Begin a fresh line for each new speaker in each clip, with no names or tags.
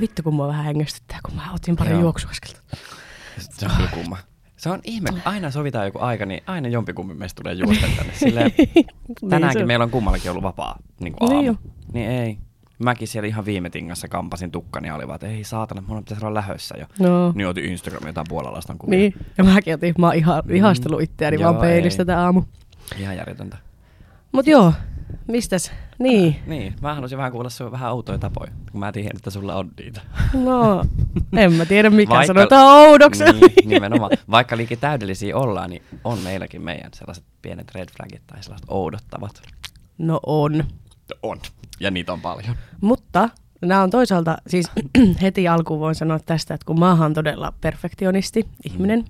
Vittu kun mua vähän hengästyttää, kun mä otin pari
Joo.
juoksuaskelta.
Se on kyllä kumma. Se on ihme, kun aina sovitaan joku aika, niin aina jompikumpi meistä tulee juosta tänne. Silleen, tänäänkin
se-
meillä Niin on kummallakin ollut vapaa niin
Niin
kuin aamu.
jo.
Niin, niin ei. Mäkin siellä ihan viime tingassa kampasin tukkani ja oli vaan, että ei saatana, mun pitäisi olla lähössä jo.
No,
Niin otin Instagramin jotain puolalaistan kuvia.
niin. Ja mäkin otin, mä oon iha, ihastellut itseäni
Mm. Joo,
vaan peilistä
ei.
tätä aamu.
Ihan järjetöntä.
Mut joo, mistäs? Niin.
Niin, mä haluaisin vähän kuulla sun vähän outoja tapoja, kun mä tiedän, että sulla on niitä.
No, en mä tiedä mikä Vaikka...
Vaikka-
sanotaan oudoksi.
Niin, nimenomaan. Vaikka liikin täydellisiä ollaan, niin on meilläkin meidän sellaiset pienet red flagit tai sellaiset oudottavat.
No on.
On. Ja niitä on paljon.
Mutta nämä on toisaalta, siis heti alkuun voin sanoa tästä, että kun maahan on todella perfektionisti ihminen, mm.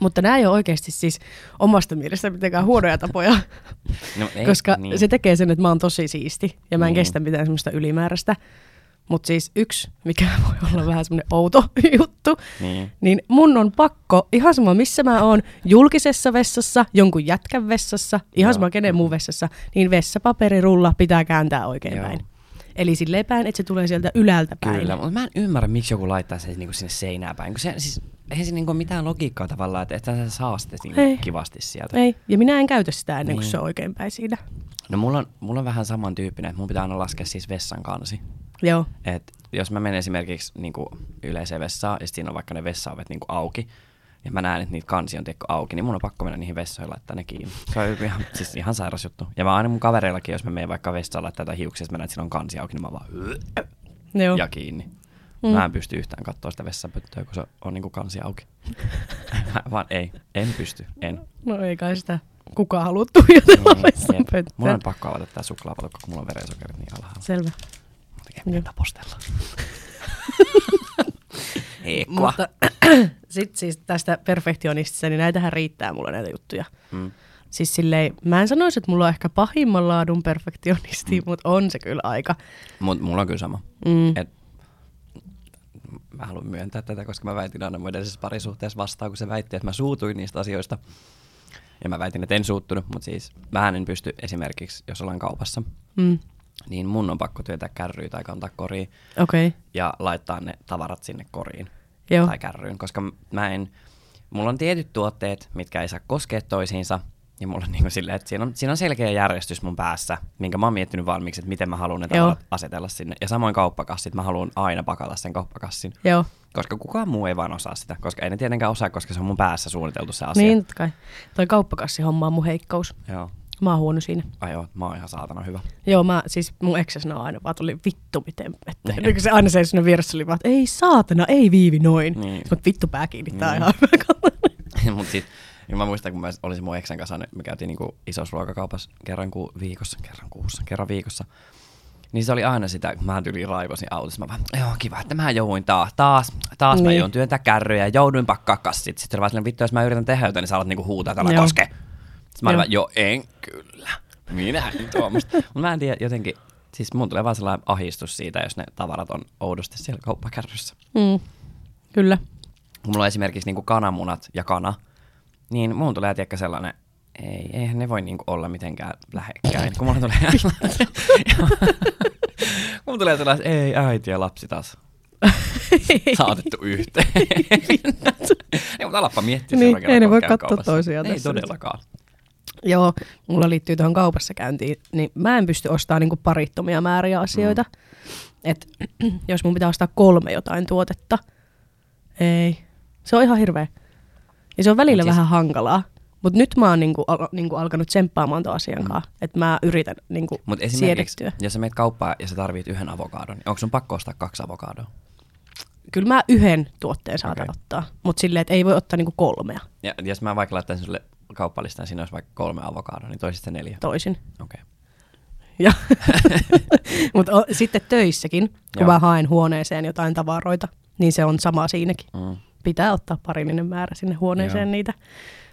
mutta nämä ei ole oikeasti siis omasta mielestä mitenkään huonoja tapoja,
No, ei,
koska
niin.
se tekee sen, että mä oon tosi siisti ja mä en
Niin.
kestä mitään semmoista ylimääräistä. Mutta siis yksi, mikä voi olla vähän semmoinen outo juttu,
Niin.
niin mun on pakko, ihan sama missä mä oon, julkisessa vessassa, jonkun jätkän vessassa, ihan
Joo.
sama kenen muun vessassa, niin vessapaperirulla pitää kääntää oikein
Joo.
päin. Eli silleen päin, että se tulee sieltä ylältä päin.
Kyllä, mutta mä en ymmärrä, miksi joku laittaa sen niinku sinne seinään päin. Kun se, siis, eihän siinä niinku ole mitään logiikkaa tavallaan, että että sä saa sitä
Ei.
niinku kivasti sieltä.
Ei, ja minä en käytä sitä ennen kuin
Niin.
se on oikein päin siinä.
No mulla on, mulla on vähän samantyyppinen, että mun pitää aina laskea siis vessan kansi.
Joo,
Et jos mä menen esimerkiksi niinku yleiseen vessaan ja sit siinä on vaikka ne vessaovet niinku auki, ja mä näen, että niitä kansi on tiekko auki, niin mun on pakko mennä niihin vessoihin ja laittaa ne kiinni. Se on ihan, siis ihan sairas juttu. Ja mä aina mun kavereillakin, jos mä menen vaikka vessaan laittaa jotain hiuksia, sit mä näen, että siinä on kansi auki, niin mä vaan
joo.
ja kiinni. Mm. Mä en pysty yhtään katsoa sitä vessapöttöä, kun se on niinku kansi auki. Mä vaan ei, en pysty, en.
No ei kai sitä kukaan halua tuijotella
Niin, Jep. Mulla
vessanpönttöön.
on pakko avata tää suklaapatukka, kun mulla on verensokerit niin alhaalla.
Selvä.
Muutenkin
Joo.
pitää tapostella. Eikkoa.
Mutta sit siis tästä perfektionistista, niin näitähän riittää mulla näitä juttuja.
Mm.
Siis silleen, mä en sanoisi, että mulla on ehkä pahimman laadun perfektionisti, mm. mutta on se kyllä aika.
Mut mulla on kyllä sama.
Mm.
Et, mä haluan myöntää tätä, koska mä väitin aina mun edellisessä parisuhteessa vastaan, kun se väitti, että mä suutuin niistä asioista. Ja mä väitin, että en suuttunut, mutta siis vähän en pysty esimerkiksi, jos ollaan kaupassa,
Mm.
niin mun on pakko työntää kärryä tai kantaa koriin
Okei, okay.
ja laittaa ne tavarat sinne koriin
Joo.
tai kärryyn, koska m- mä en, mulla on tietyt tuotteet, mitkä ei saa koskea toisiinsa, ja mulla on niinku silleen, että siinä on, siinä on selkeä järjestys mun päässä, minkä mä oon miettinyt valmiiksi, että miten mä haluan ne
Joo.
tavarat asetella sinne. Ja samoin kauppakassit, mä haluan aina pakata sen kauppakassin,
joo.
koska kukaan muu ei vaan osaa sitä, koska ei ne tietenkään osaa, koska se on mun päässä suunniteltu se asia.
Asia. Niin totta kai. Toi kauppakassihomma on mun heikkous.
Joo.
Mä oon huono siinä.
Ai joo, mä oon ihan saatana hyvä.
Joo, mä, siis mun eksä sanoo aina vaan, tuli vittu miten että
Niin.
niin kun se aina se sinne vieressä oli vaan, että ei saatana, ei viivi noin.
Niin.
Niin. Mut vittu pää kiinni, tää on
Niin.
ihan hyvä kaveri.
Mut sit, niin mä muistan, kun mä olisin mun eksän kanssa, niin me käytiin niinku isossa ruokakaupassa kerran ku, viikossa, kerran kuussa, kerran viikossa. Niin se oli aina sitä, kun mä tyli raivosin autossa, mä vaan, joo kiva, että mä jouduin taas, taas, taas niin. mä
Niin.
joudun työntää kärryjä, jouduin pakkaa kassit. Sitten se oli vaan silleen, vittu, jos mä yritän tehdä jotain, niin sä alat niinku huutaa, että älä
Joo.
koske. Sitten mä olin
Joo.
vaan, joo en kyllä, minä en tuommoista. Mut mä en tiedä jotenkin, siis mun tulee vaan sellainen ahistus siitä, jos ne tavarat on oudosti siellä kauppakärryssä
Mm. Kyllä.
kun mulla on esimerkiksi niin kananmunat ja kana, niin muun tulee tiedäkö sellainen, ei, eihän ne voi niin olla mitenkään lähekkäin. Kun mulla tulee, mulla tulee sellainen, ei äiti ja lapsi taas saatettu yhteen. ei, mutta alappa miettiä
Niin,
seuraavan kerran,
ei ne
kun
voi
käy
katsoa
kaupassa.
toisiaan
Ei
tässä nyt.
todellakaan.
Joo, mulla liittyy tuohon kaupassa käyntiin, niin mä en pysty ostamaan niinku parittomia määriä asioita. Mm. Et, jos mun pitää ostaa kolme jotain tuotetta, ei. Se on ihan hirveä. Ja se on välillä
Mut siis-
vähän hankalaa. Mutta nyt mä oon niinku, al- niinku alkanut tsemppaamaan tuon asian kanssa. Että mä yritän niinku
Mutta Mm. esimerkiksi,
siedettyä.
jos sä menet kauppaan ja sä tarvit yhden avokaadon, niin onko sun pakko ostaa kaksi avokadoa?
Kyllä mä yhden tuotteen saatan
Okei.
okay. ottaa. Mutta silleen, että ei voi ottaa niinku kolmea
Ja, jos mä vaikka laittaisin sulle kauppalistaan, siinä olisi vaikka kolme avokadoa, niin toisit sä neljä.
toisin.
Okei.
Ja Mutta sitten töissäkin, kun
Joo.
mä haen huoneeseen jotain tavaroita, niin se on sama siinäkin.
Mm.
Pitää ottaa parillinen määrä sinne huoneeseen
Joo.
niitä.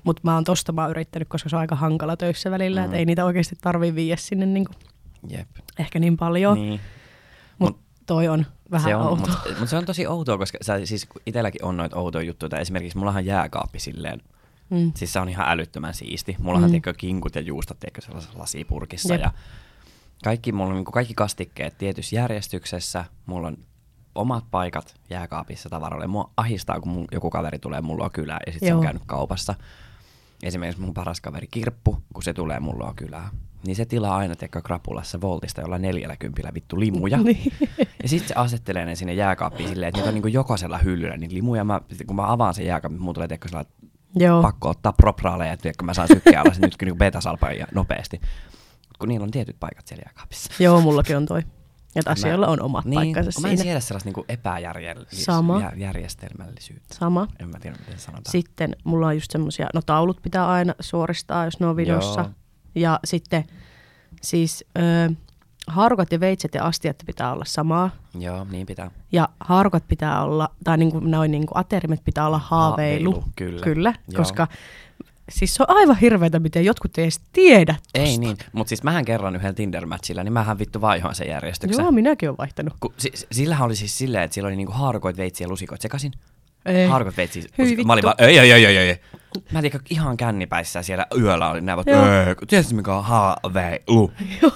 Mutta mä oon tosta mä oon yrittänyt, koska se on aika hankala töissä välillä, mm.
Mm.
että ei niitä oikeasti tarvii viiä sinne niinku,
Jep.
ehkä niin paljon. Niin.
Niin.
Mutta toi on vähän
se on,
outoa.
Mutta mut se on tosi outoa, koska sä, siis kun itselläkin on noita outoja juttuja. Tai esimerkiksi mullahan jääkaappi silleen,
Mm.
siis se on ihan älyttömän siisti. Mullahan
Mm.
mm. tiedätkö, kinkut ja juustot tiedätkö, sellaisessa lasipurkissa
Jep.
ja Kaikki, mulla on niinku kaikki kastikkeet tietyssä järjestyksessä. Mulla on omat paikat jääkaapissa tavaroille. Mua ahistaa, kun mun, joku kaveri tulee mulla kylään ja sitten se on
Joo.
käynyt kaupassa. Esimerkiksi mun paras kaveri Kirppu, kun se tulee mulla kylään, niin se tilaa aina tiekka krapulassa voltista, jolla 40 vittu limuja.
Niin.
Ja sitten se asettelee ne sinne jääkaappiin silleen, että niitä on niinku jokaisella hyllyllä niin limuja. Mä, kun mä avaan sen jääkaapin, mulla tulee tiekka sellainen
Joo.
pakko ottaa propraaleja, että kun niinku mä saan sykkeä alas, niin nyt kyllä betasalpaa ja nopeasti. Mut kun niillä on tietyt paikat siellä jääkaapissa.
Joo, mullakin on toi. Että
Mä-
asioilla on omat
niin,
paikkansa
kun Mä en
siinä.
siedä sellaista niinku
Sama.
epäjärjestelmällisyyttä.
Sama.
En mä tiedä, miten sanotaan.
Sitten mulla on just semmosia, no taulut pitää aina suoristaa, jos ne on videossa.
Joo.
Ja sitten siis ö, haarukat ja veitset ja astiat pitää olla samaa.
Joo, niin pitää.
Ja haarukat pitää olla, tai niin kuin, noin niin kuin aterimet pitää olla haaveilu.
Haaveilu, kyllä.
kyllä
Joo.
koska siis se on aivan hirveätä, miten jotkut ei edes tiedä tosta.
Ei niin, mutta siis mähän kerran yhden Tinder-matchillä, niin mähän vittu vaihoin sen järjestyksen.
Joo, minäkin olen vaihtanut.
Ku, si, si- sillähän oli siis silleen, että sillä oli niinku haarukoit, veitsi ja lusikoit sekaisin.
Ei.
Haarukoit, veitsi ja
Hyi
lusikoit. siis- Mä olin vaan,
vittu.
ei, ei, ei, ei, ei. Mä en tiedä, ihan kännipäissä siellä yöllä oli näin,
Joo.
että "Ei, kun tiedätkö mikä on haaveilu?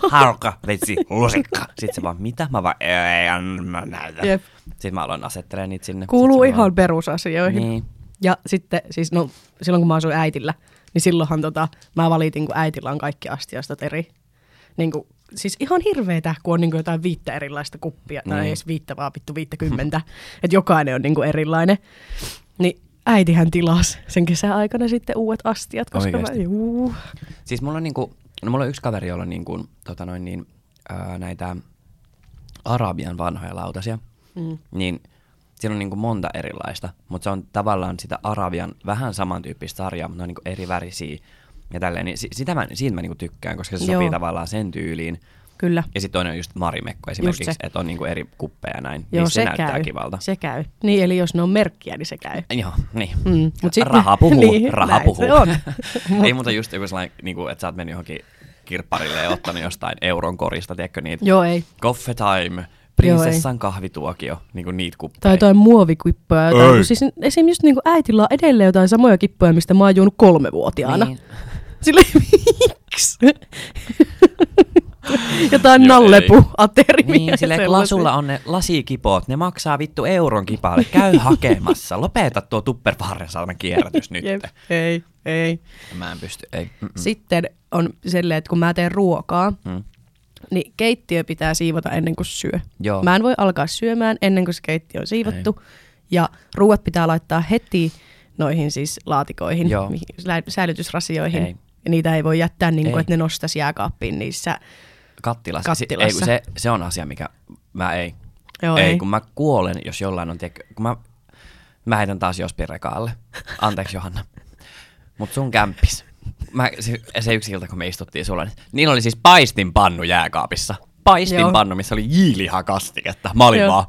Haarukka, veitsi, lusikka. Sitten se vaan, mitä? Mä vaan, ei, ei, anna mä näytä.
Jep.
Sitten mä aloin asettelemaan niitä sinne.
Kuuluu
Sit se
ihan
vaan-
perusasioihin.
Niin.
Ja sitten, siis no, silloin kun mä asuin äitillä, niin silloinhan tota, mä valitin, kun äitillä on kaikki astiastot eri. Niin kuin, siis ihan hirveetä, kun on niin kuin jotain viittä erilaista kuppia, tai
Niin.
ei edes viittä, vaan vittu viittäkymmentä. että jokainen on niin kuin erilainen. Niin äitihän tilasi sen kesän aikana sitten uudet astiat, koska Oikeasti.
Oikeesti?
mä, juu.
Siis mulla on, niinku, no mulla on yksi kaveri, jolla on niinku, tota noin niin, ää, näitä Arabian vanhoja lautasia. Mm. Niin siinä on niinku monta erilaista, mutta se on tavallaan sitä Arabian vähän samantyyppistä sarjaa, mutta ne on niinku eri värisiä. Ja tälleen, niin si- sitä mä, siitä mä niinku tykkään, koska se Joo.
Joo.
sopii tavallaan sen tyyliin.
Kyllä.
Ja sitten toinen on just marimekko esimerkiksi,
Just se.
että on niinku eri kuppeja ja näin. Joo, niin se, se näyttää kivalta.
Se käy. Niin, eli jos ne on merkkiä, niin se käy.
Joo, niin.
Mm, mut sit-
raha puhuu,
niin,
raha
näin
puhuu.
se on.
Ei muuta just joku sellainen, niin kuin, että sä oot mennyt johonkin kirpparille ja ottanut jostain euron korista, tiedätkö niitä?
Joo, ei.
Coffee time, prinsessan kahvituokio, niin kuin niitä
Tai
kuppeja.
jotain muovikippoja. Jotain.
Ei.
Siis esim. just niinku äitillä on edelleen jotain samoja kippoja, mistä mä oon juonut kolmevuotiaana.
Niin.
Niin. Silleen, miksi? jotain
Joo,
nallepuaterimia.
Niin, silleen kun lasulla on ne lasikipot, ne maksaa vittu euron kipalle. Käy hakemassa, lopeta tuo Tupperwaren kierrätys nyt.
Jep, ei, ei.
Mä en pysty, ei. Mm-mm.
Sitten on silleen, että kun mä teen ruokaa,
Mm.
niin keittiö pitää siivota ennen kuin syö.
Joo.
Mä en voi alkaa syömään ennen kuin se keittiö on siivottu. Ja ruuat pitää laittaa heti noihin siis laatikoihin,
Joo.
mihin- lä- säilytysrasioihin.
Ei.
Ja niitä ei voi jättää niin
Ei.
kuin, että ne nostaisi jääkaappiin niissä.
Kattilassa.
Kattilassa.
Se, ei, kun se, se on asia, mikä mä ei.
Joo,
ei,
ei.
kun mä kuolen, jos jollain on, tiedätkö, kun mä, mä heitän taas Jospin rekaalle. Anteeksi Johanna. Mut sun kämppis. Mä, se, se yksi ilta, kun me istuttiin sulla, niin niillä oli siis paistinpannu jääkaapissa. Paistinpannu, missä oli jiilihakastiketta. Mä olin
Joo.
vaan...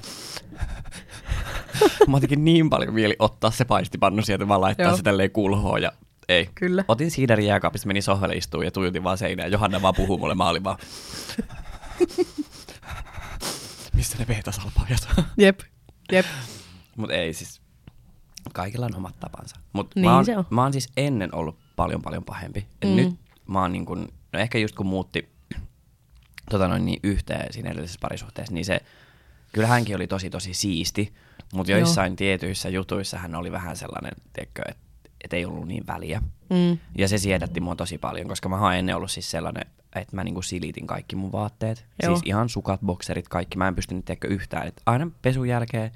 mä otinkin niin paljon mieli ottaa se paistipannu sieltä, vaan laittaa
Joo.
se tälleen kulhoon ja ei.
Kyllä.
Otin siiderin jääkaapista, menin sohvalle istuun ja tuijotin vaan seinään. Johanna vaan puhuu mulle, mä olin vaan... Mistä ne betasalpaajat on?
Jep, jep.
Mut ei siis, kaikilla on omat tapansa. Mut
Niin
mä, oon,
se on.
mä oon siis ennen ollut paljon paljon pahempi. Et mm. Nyt mä oon niin kun, no ehkä just kun muutti tota noin, niin yhteen siinä edellisessä parisuhteessa, niin se, kyllä hänkin oli tosi tosi siisti, mutta
Joo.
joissain tietyissä jutuissa hän oli vähän sellainen, tiedätkö, että et ei ollut niin väliä.
Mm.
Ja se siedätti mua tosi paljon, koska mä oon ennen ollut siis sellainen, että mä niinku silitin kaikki mun vaatteet. Joo.
Joo.
Siis ihan sukat, bokserit, kaikki. Mä en pystynyt tiedäkö yhtään. Et aina pesun jälkeen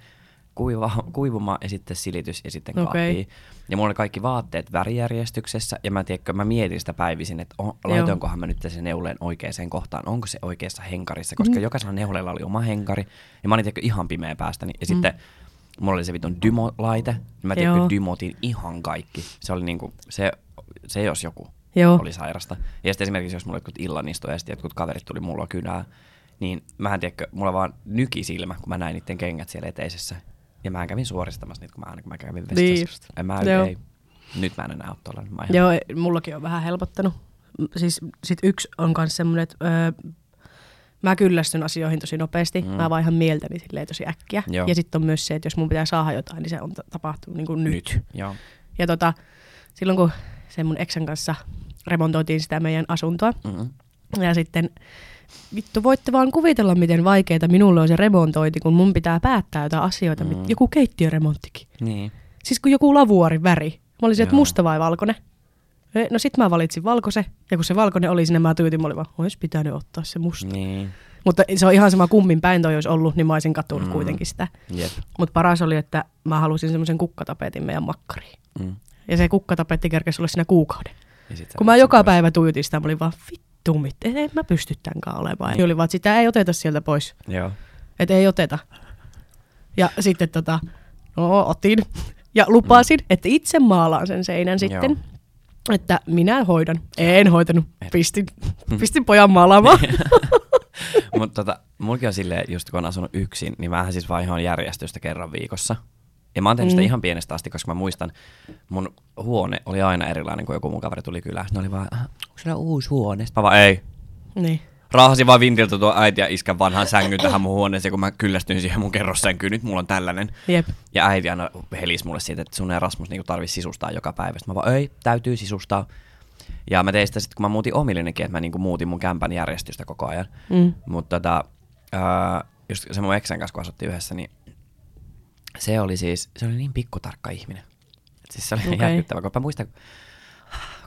kuiva, kuivuma ja sitten silitys ja sitten
Okei.
okay. Ja mulla oli kaikki vaatteet värijärjestyksessä ja mä, tiedätkö, mä mietin sitä päivisin, että on, laitoinkohan mä nyt sen neuleen oikeaan kohtaan. Onko se oikeassa henkarissa, koska mm. jokaisella neuleella oli oma henkari. Ja mä olin tiedätkö, ihan pimeä päästäni. Ja mm. sitten mulla oli se vitun dymo-laite. Ja mä tiedätkö,
Joo.
dymotin ihan kaikki. Se oli niinku, se, se jos joku
Joo.
oli sairasta. Ja sitten esimerkiksi jos mulla jotkut illan istui ja sitten jotkut kaverit tuli mulla kynää, niin mä en tiedä, mulla vaan nyki silmä, kun mä näin niiden kengät siellä eteisessä. Ja mä kävin suoristamassa niitä, kun mä aina kun mä kävin vessassa.
Niin just.
En mä,
Joo.
ei, nyt mä en enää ole tuollainen. Mä ihan-
Joo, ei, mullakin on vähän helpottanut. M- Siis sit yksi on myös semmoinen, että öö, mä kyllästyn asioihin tosi nopeasti. Mm. Mä vaihan mieltäni silleen tosi äkkiä.
Joo.
Ja sitten on myös se, että jos mun pitää saada jotain, niin se on ta- tapahtunut niin kuin nyt. nyt.
Joo.
Ja tota, silloin kun sen mun eksän kanssa remontoitiin sitä meidän asuntoa,
Mm-mm.
Ja sitten vittu voitte vaan kuvitella, miten vaikeaa minulle on se remontointi, kun mun pitää päättää jotain asioita. Mm.
Mm.
Joku keittiöremonttikin.
Niin.
Siis kun joku lavuori väri. Mä olisin, että
Joo.
musta vai valkoinen. E, No sit mä valitsin valkoisen, ja kun se valkoinen oli siinä, mä tyytin, mä olin vaan, ois pitänyt ottaa se musta.
Niin.
Mutta se on ihan sama kummin päin toi olisi ollut, niin mä olisin katunut
Mm.
mm. kuitenkin sitä.
Jep.
Mutta paras oli, että mä halusin semmoisen kukkatapetin meidän makkariin.
Mm.
Ja se kukkatapetti kerkesi olla siinä kuukauden.
Ja sit sä
Kun mä
olet
joka
sen pois.
päivä tuijotin sitä, mä olin vaan vittu, mit, en, en mä pysty tämänkaan olemaan. Niin. Oli vaan, että sitä ei oteta sieltä pois.
Joo.
Että ei oteta. Ja sitten tota, no otin ja lupasin, että itse maalaan sen seinän sitten. Että minä hoidan. En hoitanut. Pistin, pistin pojan maalaamaan.
Mutta tota, mulki on silleen, just kun on asunut yksin, niin mähän siis vaihoan järjestystä kerran viikossa. Ja mä oon tehnyt mm. sitä ihan pienestä asti, koska mä muistan, mun huone oli aina erilainen, kun joku mun kaveri tuli kylään. Ne oli vaan, "Ah, onko sulla uusi huone? Sitten Mä vaan, ei.
niin.
Raahasin vaan vintiltä tuo äiti ja iskän vanhan sängyn tähän mun huoneeseen, kun mä kyllästyin siihen mun kerrossänkyyn. Nyt mulla on tällainen.
Jep.
Ja äiti aina helisi mulle siitä, että sun Erasmus niinku tarvii sisustaa joka päivä. Sitten mä vaan, ei, täytyy sisustaa. Ja mä tein sitä sitten, kun mä muutin omillinenkin, että mä niinku muutin mun kämpän järjestystä koko ajan.
Mm.
Mutta tota, ää, just se mun eksän kanssa, kun asuttiin yhdessä, niin se oli siis, se oli niin pikkutarkka ihminen. Et Siis se oli okay.
Okei.
järkyttävä, kun mä muistan,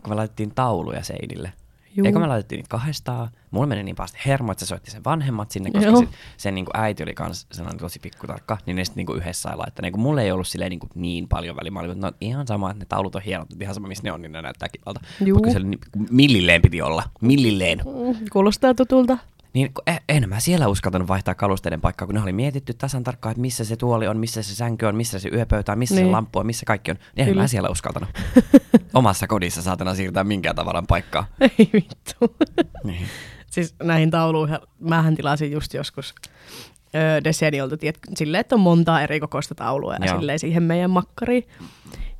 kun me laitettiin tauluja seinille. Juu.
Juu.
Eikö me laitettiin niitä kahdestaan? Mulla meni niin pahasti hermo, että se soitti sen vanhemmat sinne, koska
Joo.
se, sen niin äiti oli kans sellainen tosi pikkutarkka, niin ne sitten niin yhdessä sai laittaa. Niin mulle ei ollut silleen niin, niin paljon väliä. Mä olin, että no ihan sama, että ne taulut on hienot, että ihan sama missä ne on, niin ne näyttää kivalta.
Juu.
Mutta se oli niin, millilleen piti olla, millilleen.
Mm, Kuulostaa tutulta.
Niin kun- e- en mä siellä uskaltanut vaihtaa kalusteiden paikkaa, kun ne oli mietitty tasan tarkkaan, että missä se tuoli on, missä se sänky on, missä se yöpöytä on, missä niin. se
Niin.
lamppu on, missä kaikki on. Niin en
Kyllä.
mä siellä uskaltanut. Omassa kodissa saatana siirtää minkään tavallaan paikkaa.
Ei vittu.
Niin.
siis näihin tauluihin, mähän tilasin just joskus öö, Deseniolta, tiet, silleen, että on montaa eri kokoista taulua ja
Joo.
silleen siihen meidän makkariin.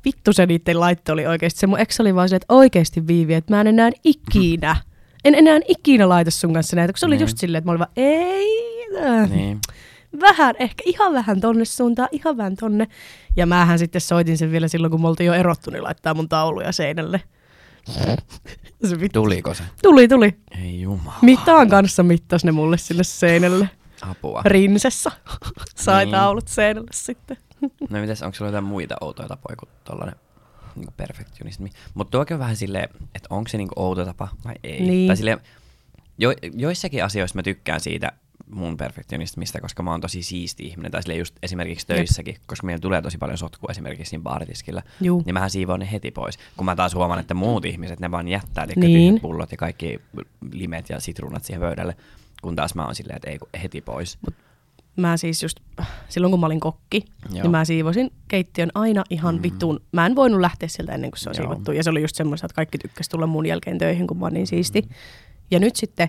Vittu se niiden laitto oli oikeasti. Se mun ex oli vaan silleen, että oikeasti viivi, että mä en enää ikinä, en enää ikinä laita sun kanssa näitä, kun se oli
Niin.
just silleen, että mä olin vaan, ei, äh,
niin.
vähän, ehkä ihan vähän tonne suuntaan, ihan vähän tonne. Ja mähän sitten soitin sen vielä silloin, kun me oltiin jo erottu, niin laittaa mun tauluja seinälle. se vittu.
Tuliko se?
Tuli, tuli.
Ei jumala.
Mitaan kanssa mittas ne mulle sille seinälle.
Apua.
Rinsessa. Sai
Niin.
niin. taulut seinälle sitten.
No mitäs, onko sulla jotain muita outoja tapoja kuin tollanen niin perfektionismi? Mutta tuokin on vähän silleen, että onko se niinku outo tapa vai ei.
Niin.
Tai silleen, jo, joissakin asioissa mä tykkään siitä mun perfektionismista, koska mä oon tosi siisti ihminen. Tai silleen just esimerkiksi töissäkin, Jep. koska meillä tulee tosi paljon sotkua esimerkiksi siinä baaritiskillä.
Juu.
Niin mähän siivoon ne heti pois. Kun mä taas huomaan, että muut ihmiset, ne vaan jättää tiedätkö,
Niin.
tyhjät pullot ja kaikki limet ja sitruunat siihen pöydälle. Kun taas mä oon silleen, että ei kun heti pois. Mut,
Mä siis just, silloin kun mä olin kokki, Joo.
Joo. Mm-hmm.
niin mä siivosin keittiön aina ihan mm. vitun. Mä en voinut lähteä sieltä ennen kuin se on
Joo.
Joo. siivottu. Ja se oli just semmoista, että kaikki tykkäsi tulla mun jälkeen töihin, kun mä oon niin siisti.
Mm-hmm.
Ja nyt sitten,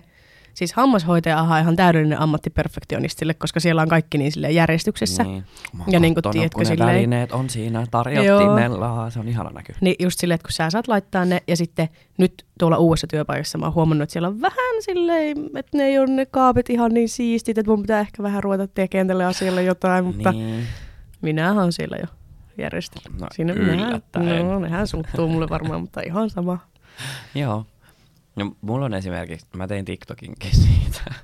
siis hammashoitaja on ihan täydellinen ammatti perfektionistille, koska siellä on kaikki niin silleen järjestyksessä.
Niin. Mä oon
Ja niin kuin
kattonut,
tiedätkö
kun ne
silleen,
välineet on siinä tarjottimella. Se on ihana näky.
Niin just silleen, että kun sä saat laittaa ne, ja sitten nyt tuolla uudessa työpaikassa mä oon huomannut, että siellä on vähän silleen, että ne ei ole ne kaapit ihan niin siistit, että mun pitää ehkä vähän ruveta tekemään tälle asialle jotain, mutta niin.
Niin.
minähän on siellä jo järjestetty.
No,
nehän,
yllättäen.
no, nehän suuttuu mulle varmaan, mutta ihan sama.
Joo. No, mulla on esimerkiksi, mä tein TikTokinkin siitä.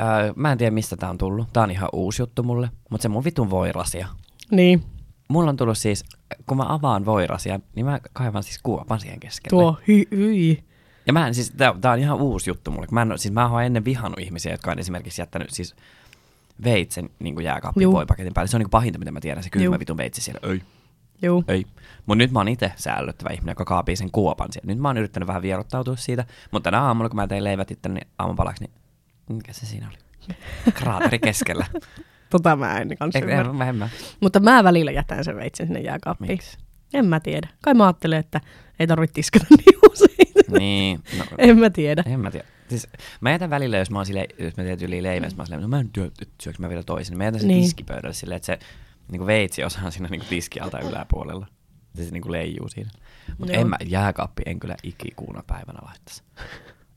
Öö, mä en tiedä, mistä tää on tullut. Tää on ihan uusi juttu mulle, mutta se mun vitun voirasia.
Niin,
Mulla on tullut siis, kun mä avaan voirasia, niin mä kaivan siis kuopan siihen keskelle.
tuo hyi, hyi.
Ja mä en, siis, tää, tää on ihan uusi juttu mulle. kun Mä en, oo- siis mä oon ennen vihannut ihmisiä, jotka on esimerkiksi jättänyt siis veitsen niin jääkaappin
Juu.
voipaketin päälle. Se on niin pahinta, mitä mä tiedän, se kylmä
Juu.
vitun veitsi siellä. Ei,
Juu.
ei. Mut nyt mä oon itse säällöttävä ihminen, joka kaapii sen kuopan siellä. Nyt mä oon yrittänyt vähän vierottautua siitä, mutta tänä aamulla, kun mä tein leivät itse, niin aamupalaksi, niin mikä se siinä oli? Kraateri keskellä.
Tota mä en kanssa
Ei,
ymmärrä.
en, mä, en mä.
Mutta mä välillä jätän sen veitsen sinne jääkaappiin.
Miksi?
En mä tiedä. Kai mä ajattelen, että ei tarvitse tiskata niin usein.
Niin. No,
en mä tiedä.
en mä tiedä. Siis, mä jätän välillä, jos mä oon sille, jos mä teen yli leivän, mä oon silleen, no mä en työ, syöks mä vielä toisen. Mä jätän sen niin.
Mm. Niin.
tiskipöydälle silleen, että se niinku veitsi osa on siinä niinku tiskialta yläpuolella. Ja se niinku leijuu siinä. Mutta
Joo.
en mä, jääkaappi en kyllä ikikuuna päivänä laittaisi.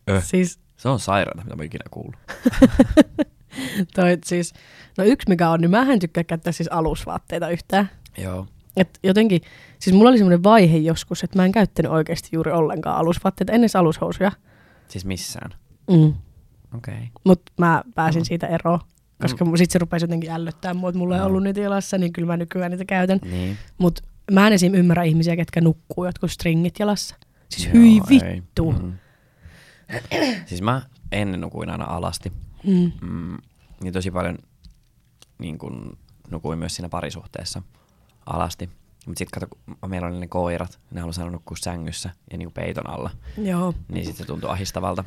Eh.
Siis
Se on sairaata, mitä mä oon ikinä kuullut.
Toi, siis, no yksi mikä on, niin mä en tykkää käyttää siis alusvaatteita yhtään.
Joo.
Et jotenkin, siis mulla oli semmoinen vaihe joskus, että mä en käyttänyt oikeasti juuri ollenkaan alusvaatteita, ennen edes alushousuja.
Siis missään.
Mm.
Okei. Okay.
Mutta mä pääsin siitä eroon, koska mm. sit se rupesi jotenkin ällöttää mua, että mulla ei ollut niitä jalassa, niin kyllä mä nykyään niitä käytän.
Niin.
Mutta mä en esim. ymmärrä ihmisiä, ketkä nukkuu jotkut stringit jalassa. Siis
Joo,
hyi
ei.
vittu. Mm.
Mm. siis mä ennen nukuin aina alasti.
Mm.
Mm, niin tosi paljon niin kun, nukuin myös siinä parisuhteessa alasti. Mutta sitten kato, kun meillä oli ne koirat, ne halusi aina nukkua sängyssä ja niinku peiton alla.
Joo.
Niin sitten se tuntui ahistavalta.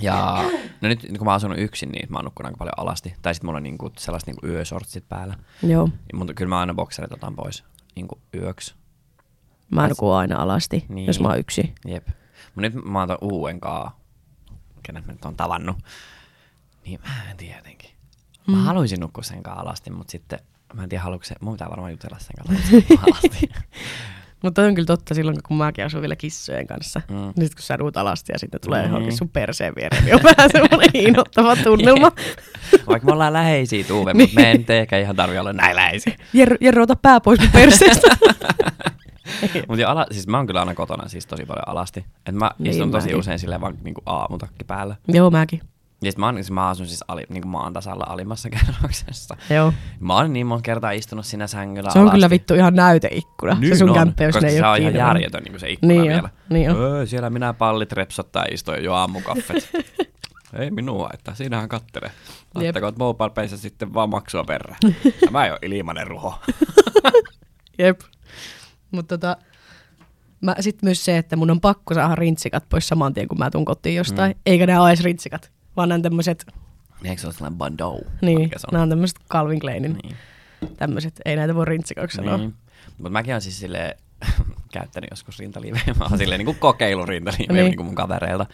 Ja no nyt kun mä oon asunut yksin, niin mä oon nukkunut aika paljon alasti. Tai sitten mulla on niinku sellaiset niinku yösortsit päällä.
Joo.
Mutta kyllä mä aina bokserit otan pois niinku yöksi.
Mä nukun aina alasti, niin.
Niin.
jos mä oon yksi.
Jep. Mut nyt mä oon ton uuden kaa, kenet mä nyt oon tavannut. Niin mä en tiedä jotenkin. Mä mm. haluaisin nukkua sen kaa alasti, mut sitten mä en tiedä haluatko se, mun pitää varmaan jutella sen kanssa alasti.
Mutta on kyllä totta silloin, kun mäkin asun vielä kissojen kanssa. Mm. Niin sit kun sä nuut alasti ja sitten tulee mm.
Mm. Niin.
johonkin sun perseen viereen, niin on vähän semmoinen hiinottava tunnelma.
Vaikka me ollaan läheisiä Tuuve, mut me ei nyt ehkä ihan tarvi olla näin läheisiä.
Jerry, Jerry, ota pää pois mun perseestä.
Mut jo ala, siis mä oon kyllä aina kotona siis tosi paljon alasti. Et mä
Niin
niin istun tosi
mäkin.
usein silleen vaan niinku aamutakki päällä.
Joo, mäkin.
Ja sit mä, oon, siis mä asun siis ali, niinku maan tasalla alimmassa kerroksessa.
Joo.
Mä oon niin monta kertaa istunut siinä sängyllä
Se on
alasti.
kyllä vittu ihan näyteikkuna. se
Niin
sun
on,
kämppä, jos
koska
ne ei
se
ole
on ihan
kiinni.
järjetön niin se ikkuna
Niin on,
vielä.
niin on.
Öö, siellä minä pallit repsottaa ja istuin jo aamukaffet. ei minua, että siinähän kattele. Laittakoot mobile peissä sitten vaan maksua verran. Tämä ei ole ilmanen ruho.
Jep. Mutta tota, mä, sit myös se, että mun on pakko saada rintsikat pois saman tien, kun mä tuun kotiin jostain. Mm. Eikä nämä ole edes rintsikat, vaan nämä on tämmöiset,
niin eikö se ole sellainen bandou?
niin,
Mikä se on?
nämä on tämmöiset Calvin Kleinin
Niin.
tämmöiset, ei näitä voi rintsikaksi sanoa.
Niin. Mutta mäkin olen siis silleen käyttänyt joskus rintaliivejä. Mä oon silleen niin kuin kokeillut rintaliivejä
Niin.
niin. mun kavereilta.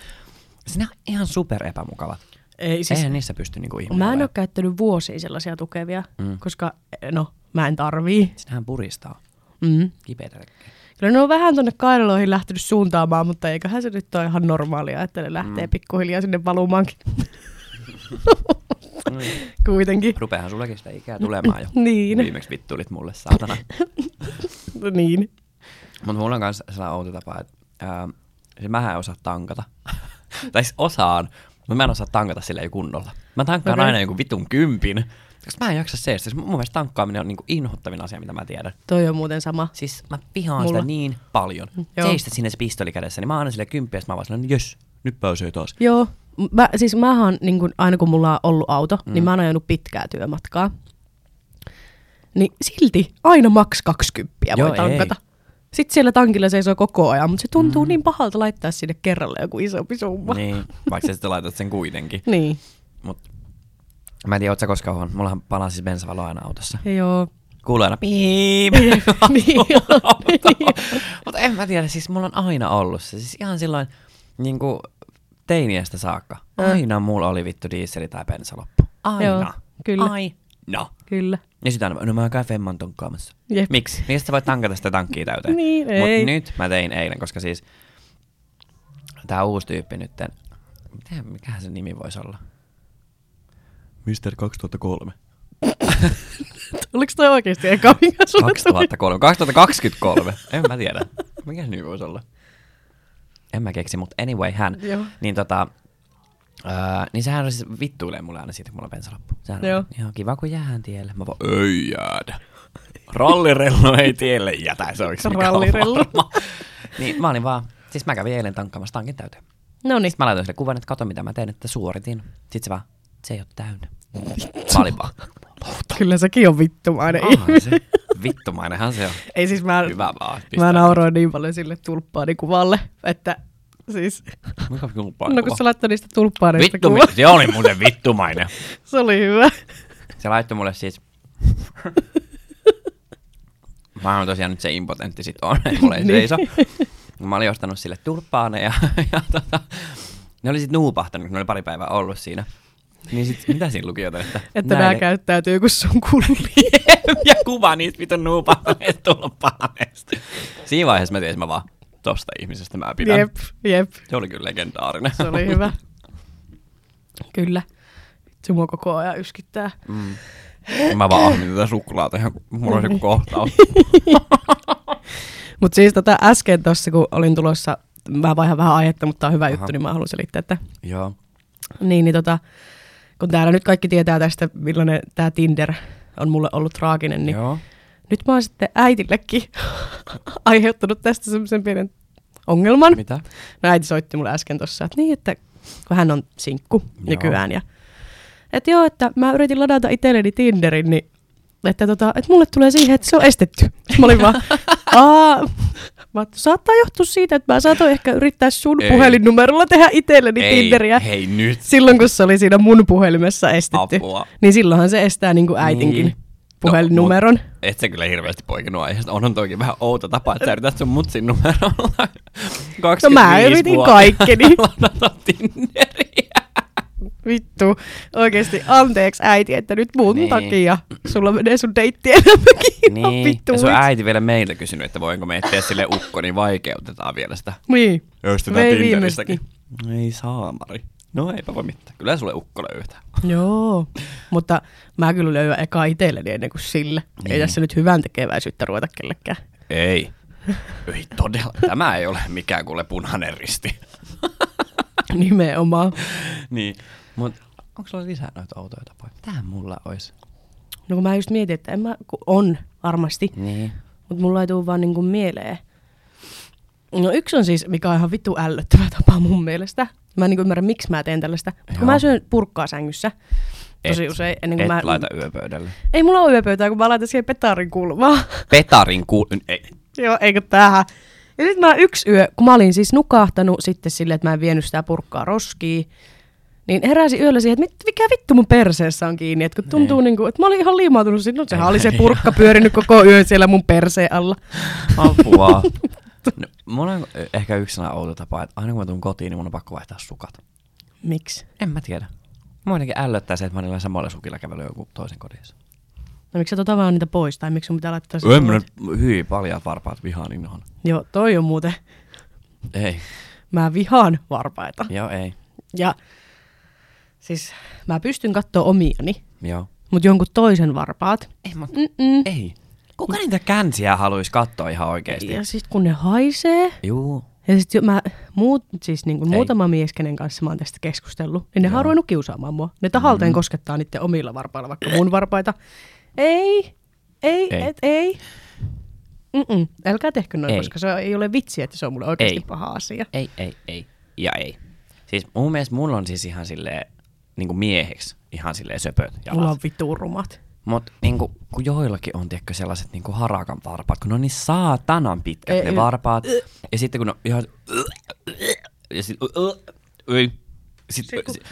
Sinä on ihan super epämukavat.
Ei,
Siis,
siis,
Eihän niissä pysty niinku ihminen
mä en
olemaan.
ole käyttänyt vuosia sellaisia tukevia, mm. koska no, mä en tarvii.
Sinähän puristaa.
Mm.
Kipeitä rekkejä.
Kyllä ne on vähän tonne kainaloihin lähtenyt suuntaamaan, mutta eiköhän se nyt ole ihan normaalia, että ne lähtee mm. pikkuhiljaa sinne valumaankin. No niin. Kuitenkin.
Rupeahan sullekin sitä ikää tulemaan jo.
Niin.
Viimeksi vittuilit mulle, saatana.
niin.
Mutta mulla on myös sellainen outo tapa, että ää, siis mähän en osaa tankata. tai siis osaan, mutta mä en osaa tankata sillä ei kunnolla. Mä tankkaan
Okei.
okay. aina joku vitun kympin, koska mä en jaksa seistä. Siis mun mielestä tankkaaminen on niinku inhottavin asia, mitä mä tiedän.
Toi on muuten sama.
Siis mä vihaan
Mulla. Mm.
sitä niin paljon.
Joo.
Seistä sinne se pistoli kädessä, niin mä annan sille kymppiä, ja sit mä vaan silleen, jös, nyt pääsee taas.
Joo. Mä, siis mä oon, niin kun, aina kun mulla on ollut auto, mm. niin mä oon ajanut pitkää työmatkaa. Niin silti aina maks 20 voi
Joo,
tankata. Ei. Sitten siellä tankilla seisoo koko ajan, mutta se tuntuu mm. niin pahalta laittaa sinne kerralle joku isompi summa.
Niin, vaikka sä sitten laitat sen kuitenkin.
niin.
Mut mä en tiedä, oot sä koskaan huomannut. Mullahan palaa siis bensavalo aina autossa.
Joo.
Kuuluu aina piip.
Niin.
Mutta en mä tiedä, siis mulla on aina ollut se. Siis ihan silloin niinku teiniästä saakka. Aina mulla oli vittu diisseli tai bensa loppu. Aina.
Äh. Joo, kyllä.
Aina.
Kyllä.
Ja sit aina, no mä käyn femman tonkkaamassa.
Jep.
Miksi? Niin sä voit tankata sitä tankkia täyteen.
Niin, ei.
Mut nyt mä tein eilen, koska siis tää uusi tyyppi nytten, miten, mikähän se nimi voisi olla? Mister 2003.
Oliko toi oikeasti eka mikä sulle tuli?
2003. 2023. En mä tiedä. Mikä se nimi voisi olla? En mä keksi, mutta anyway hän.
Joo.
Niin tota, öö, niin sehän on siis vittuilee mulle aina siitä, kun mulla on bensalappu. Sehän
Joo.
on ihan kiva, kun jäähän tielle. Mä vaan, ei jäädä. Rallirellu ei tielle jätä, se oikein
Rallirellu.
niin mä olin vaan, siis mä kävin eilen tankkaamassa tankin täyteen.
No niin.
Sitten mä laitoin sille kuvan, että kato mitä mä tein, että suoritin. Sitten se vaan, se ei ole täynnä. Mä olin vaan,
Kyllä sekin on vittumainen
"Onhan
ihminen.
se, vittumainenhan se on.
Ei siis mä,
Ah. Hyvä vaan.
mä
pistää
nauroin niin paljon sille tulppaanikuvalle, että siis...
Mikä kulpaa?
No kun sä laittoi niistä tulppaaneista
Vittu,
kuva.
mi- se oli muuten vittumainen.
Se oli hyvä.
Se laittoi mulle siis... Mä oon tosiaan nyt se impotentti sit on, että mulla ei
Niin.
seiso. Mä olin ostanut sille tulppaaneja ja, ja tota, ne oli sit nuupahtanut, kun ne oli pari päivää ollut siinä. Niin sit, mitä siinä luki jotain, että...
Että nämä
näiden-
käyttäytyy, kun sun kulli.
ja kuva niistä vitun nuupahtaneista tulppaaneista. Siinä vaiheessa mä tiesin, mä vaan, tosta ihmisestä mä pidän.
Jep, jep.
Se oli kyllä legendaarinen.
Se oli hyvä. Kyllä. Se mua koko ajan yskittää.
Mm. Mä vaan ahmin tätä suklaata ihan, kun mulla on joku kohtaus.
Mutta siis tota äsken tuossa, kun olin tulossa mä vaihan vähän aihetta, mutta tämä on hyvä Aha.
Aha.
juttu, niin mä haluan selittää, että
Joo.
niin, niin tota, kun täällä nyt kaikki tietää tästä, millainen tämä Tinder on mulle ollut traaginen, niin
Joo.
nyt mä oon sitten äitillekin aiheuttanut tästä semmoisen pienen ongelman.
Mitä?
No äiti soitti mulle äsken tuossa, että niin, että kun hän on sinkku joo. nykyään. Ja, että joo, että mä yritin ladata itselleni Tinderin, niin että, tota, että mulle tulee siihen, että se on estetty. Mä olin vaan, aa, mä, oot, saattaa johtua siitä, että mä saatoin ehkä yrittää sun
Ei.
puhelinnumerolla tehdä itselleni
Ei,
Tinderiä.
hei nyt.
Silloin, kun se oli siinä mun puhelimessa estetty,
Apua.
niin silloinhan se estää niin kuin äitinkin
Niin.
niin. puhelinnumeron.
No, mut et sä kyllä hirveästi poikennut aiheesta. Onhan toki vähän outo tapa, että sä yrität sun mutsin numerolla. 25
No mä No, yritin
vuotta
kaikkeni.
ladata Tinderiä.
Vittu, oikeasti anteeksi äiti, että nyt mun
Niin.
niin. takia sulla menee sun deittielämäkin ihan
Niin.
vittu.
Ja sun äiti vielä meiltä kysynyt, että voinko me tehdä sille ukko, niin vaikeutetaan vielä sitä.
Niin.
Öistetään
Vei
Tinderistäkin. Ei saamari. No eipä voi mitään. Kyllä sulle ukko löytää.
Joo, mutta mä kyllä löydän eka itselleni ennen kuin sille. Niin. Ei
Niin.
tässä nyt hyvän tekeväisyyttä ruveta kellekään.
Ei. Ei todella. Tämä ei ole mikään kuule punainen risti.
Nimenomaan.
niin. Mut onko sulla lisää noita outoja tapoja? Tähän mulla olisi.
No kun mä just mietin, että en mä, kun on varmasti,
Niin.
Mutta mulla ei tule vaan niinku mieleen. No yksi on siis, mikä on ihan vittu ällöttävä tapa mun mielestä. Mä en niinku ymmärrä, miksi mä teen tällaista. Mut Kun
Joo.
mä syön purkkaa sängyssä tosi
Et.
usein. Ennen
Niin
kuin
et
mä...
mä... laita yöpöydälle.
Ei mulla ole yöpöytää, kun mä laitan siihen petarin kulmaan.
Petarin kuul... Ei.
Joo, eikö tähän. Ja nyt mä oon yksi yö, kun mä olin siis nukahtanut sitten silleen, että mä en vienyt sitä purkkaa roskiin, niin heräsin yöllä siihen, että mit- mikä vittu mun perseessä on kiinni, että kun tuntuu niin kuin, että mä olin ihan liimautunut sinne, no sehän oli se purkka pyörinyt koko yön siellä mun perseen alla.
Apua. no, mulla on ehkä yksi sellainen outo tapa, että aina kun mä tuun kotiin, niin mun on pakko vaihtaa sukat.
Miksi?
En mä tiedä. Mua jotenkin ällöttää se, että mä olen samalla sukilla kävely joku toisen kodissa.
No miksi sä tota vaan niitä pois, tai miksi sun pitää laittaa se
En No mä
pois?
nyt hyi paljaat varpaat vihaan innohon.
Joo, toi on muuten.
Ei.
Mä vihaan varpaita.
Joo, ei.
Ja siis mä pystyn katsoa omiani,
Joo.
mutta jonkun toisen varpaat.
Ei, mut,
Mm-mm.
ei. Kuka niitä känsiä haluaisi katsoa ihan oikeesti?
Ja sit kun ne haisee,
Juu.
ja sit jo mä, muut, siis niin kuin
Ei.
muutama mies, kenen kanssa mä oon tästä keskustellut, niin ne Joo. on ruvennut kiusaamaan mua. Ne tahalteen mm. koskettaa niiden omilla varpailla, vaikka mun varpaita. Ei, ei,
Ei.
ei. Et, ei. Mm-mm. Älkää tehkö noin,
Ei.
ei. koska se ei ole vitsi, että se on mulle oikeasti
Ei.
ei. paha asia.
Ei, ei, ei. Ja ei. Siis mun mielestä mulla on siis ihan silleen, niinku mieheksi ihan silleen söpöt jalat.
Mulla on vitun rumat.
Mut niinku, kun joillakin on tiedätkö, sellaiset niinku harakan varpaat, kun ne on niin saatanan pitkät
Ei,
ne
y-
varpaat. ja sitten kun ne on ihan... Ja sit, Ei. sit, sit,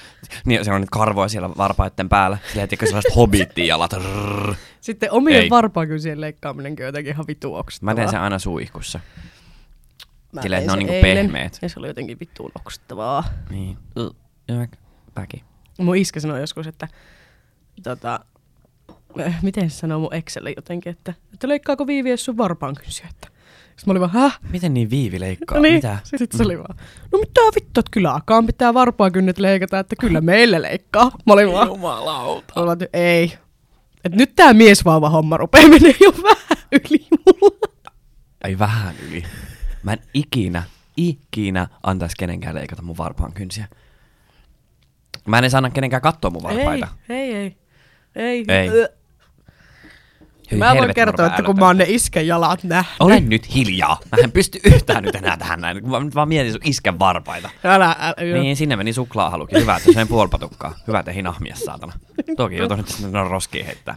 niin se on nyt karvoja siellä varpaiden päällä. Silleen, tiedätkö, sellaiset hobbitin jalat. Rrrr.
Sitten omien
Ei.
ei. varpaakysien leikkaaminenkin on jotenkin ihan vitu oksettavaa.
Mä teen sen aina suihkussa.
Mä
silleen, että
tein
ne on
sen
niinku
eilen,
pehmeet.
Ja se oli jotenkin vittuun oksettavaa.
Niin. Yök. Väki.
Mun iskä sanoi joskus, että tota, eh, miten se sanoo mun Excelle jotenkin, että, että leikkaako Viivi edes sun varpaankysiä, että Sitten mä olin vaan, häh?
Miten niin viivi leikkaa?
No niin,
Mitä?
sitten se oli vaan, no mitä vittu, että kyllä akaan pitää varpaakynnet leikata, että kyllä meille leikkaa. Mä olin vaan,
Jumalauta.
mä olin, vaan, ei. Et nyt tää miesvauva homma rupeaa menee jo vähän yli mulla.
Ei vähän yli. Mä en ikinä, ikinä antaisi kenenkään leikata mun varpaan kynsiä. Mä en edes anna kenenkään katsoa mun varpaita.
Ei, ei, ei.
Ei.
Ö.
Hyi
Mä voin
helvetti,
kertoa,
mä
että kun mä oon
älytän.
ne iskän jalat nähnyt.
Olen nyt hiljaa. Mä en pysty yhtään nyt enää tähän näin. Mä nyt vaan mietin sun iskän varpaita.
Älä, älä, joo.
Niin, sinne meni suklaahalukin. Hyvä, että sen puolipatukkaa. Hyvä, että ei nahmia, saatana. Toki jo tuonne sinne roskiin heittää.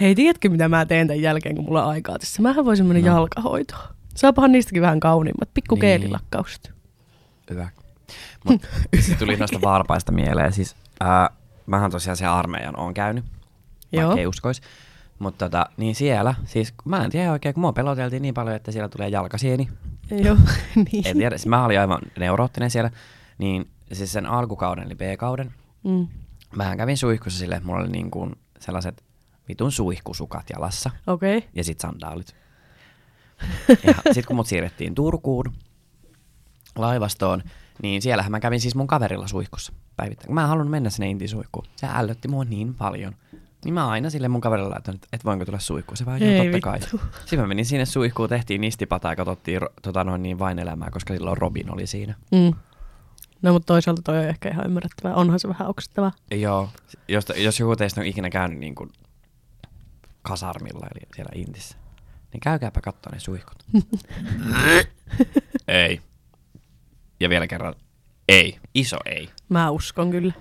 Hei, tiedätkö mitä mä teen tämän jälkeen, kun mulla on aikaa tässä? Mähän voisin mennä no. jalkahoitoon. Saapahan niistäkin vähän kauniimmat. Pikku
Niin.
niin. keelilakkaukset.
Hyvä. Mut sit tuli noista varpaista mieleen. Siis, ää, mähän tosiaan se armeijan on käynyt, Joo.
Joo.
vaikka ei uskois. Mutta tota, niin siellä, siis kun mä en tiedä oikein, kun mua peloteltiin niin paljon, että siellä tulee jalkasieni.
Joo, niin.
En tiedä, siis mä olin aivan neuroottinen siellä. Niin siis sen alkukauden, eli B-kauden,
Mm.
mä kävin suihkussa silleen, että mulla oli niin kuin sellaiset vitun suihkusukat jalassa
Okei. Okay.
ja sit sandaalit. Ja sit kun mut siirrettiin Turkuun laivastoon, niin siellähän mä kävin siis mun kaverilla suihkussa päivittäin. Mä en halunnut mennä sinne Intin suihkuun. Se ällötti mua niin paljon. Niin mä aina sille mun kaverille laitoin, että et voinko tulla suihkuun. Se vaan,
Ei
joo, totta kai.
vittu.
Sitten mä menin sinne suihkuun, tehtiin nistipataa ja katsottiin ro- tota noin niin vain elämää, koska silloin Robin oli siinä.
Mm. No mutta toisaalta toi on ehkä ihan ymmärrettävää. Onhan se vähän oksettavaa.
Joo, jos, jos joku teistä on ikinä käynyt niin kuin kasarmilla, eli siellä Intissä, niin käykääpä katsoa ne suihkut. ei. Ja vielä kerran, ei. Iso ei.
Mä uskon kyllä.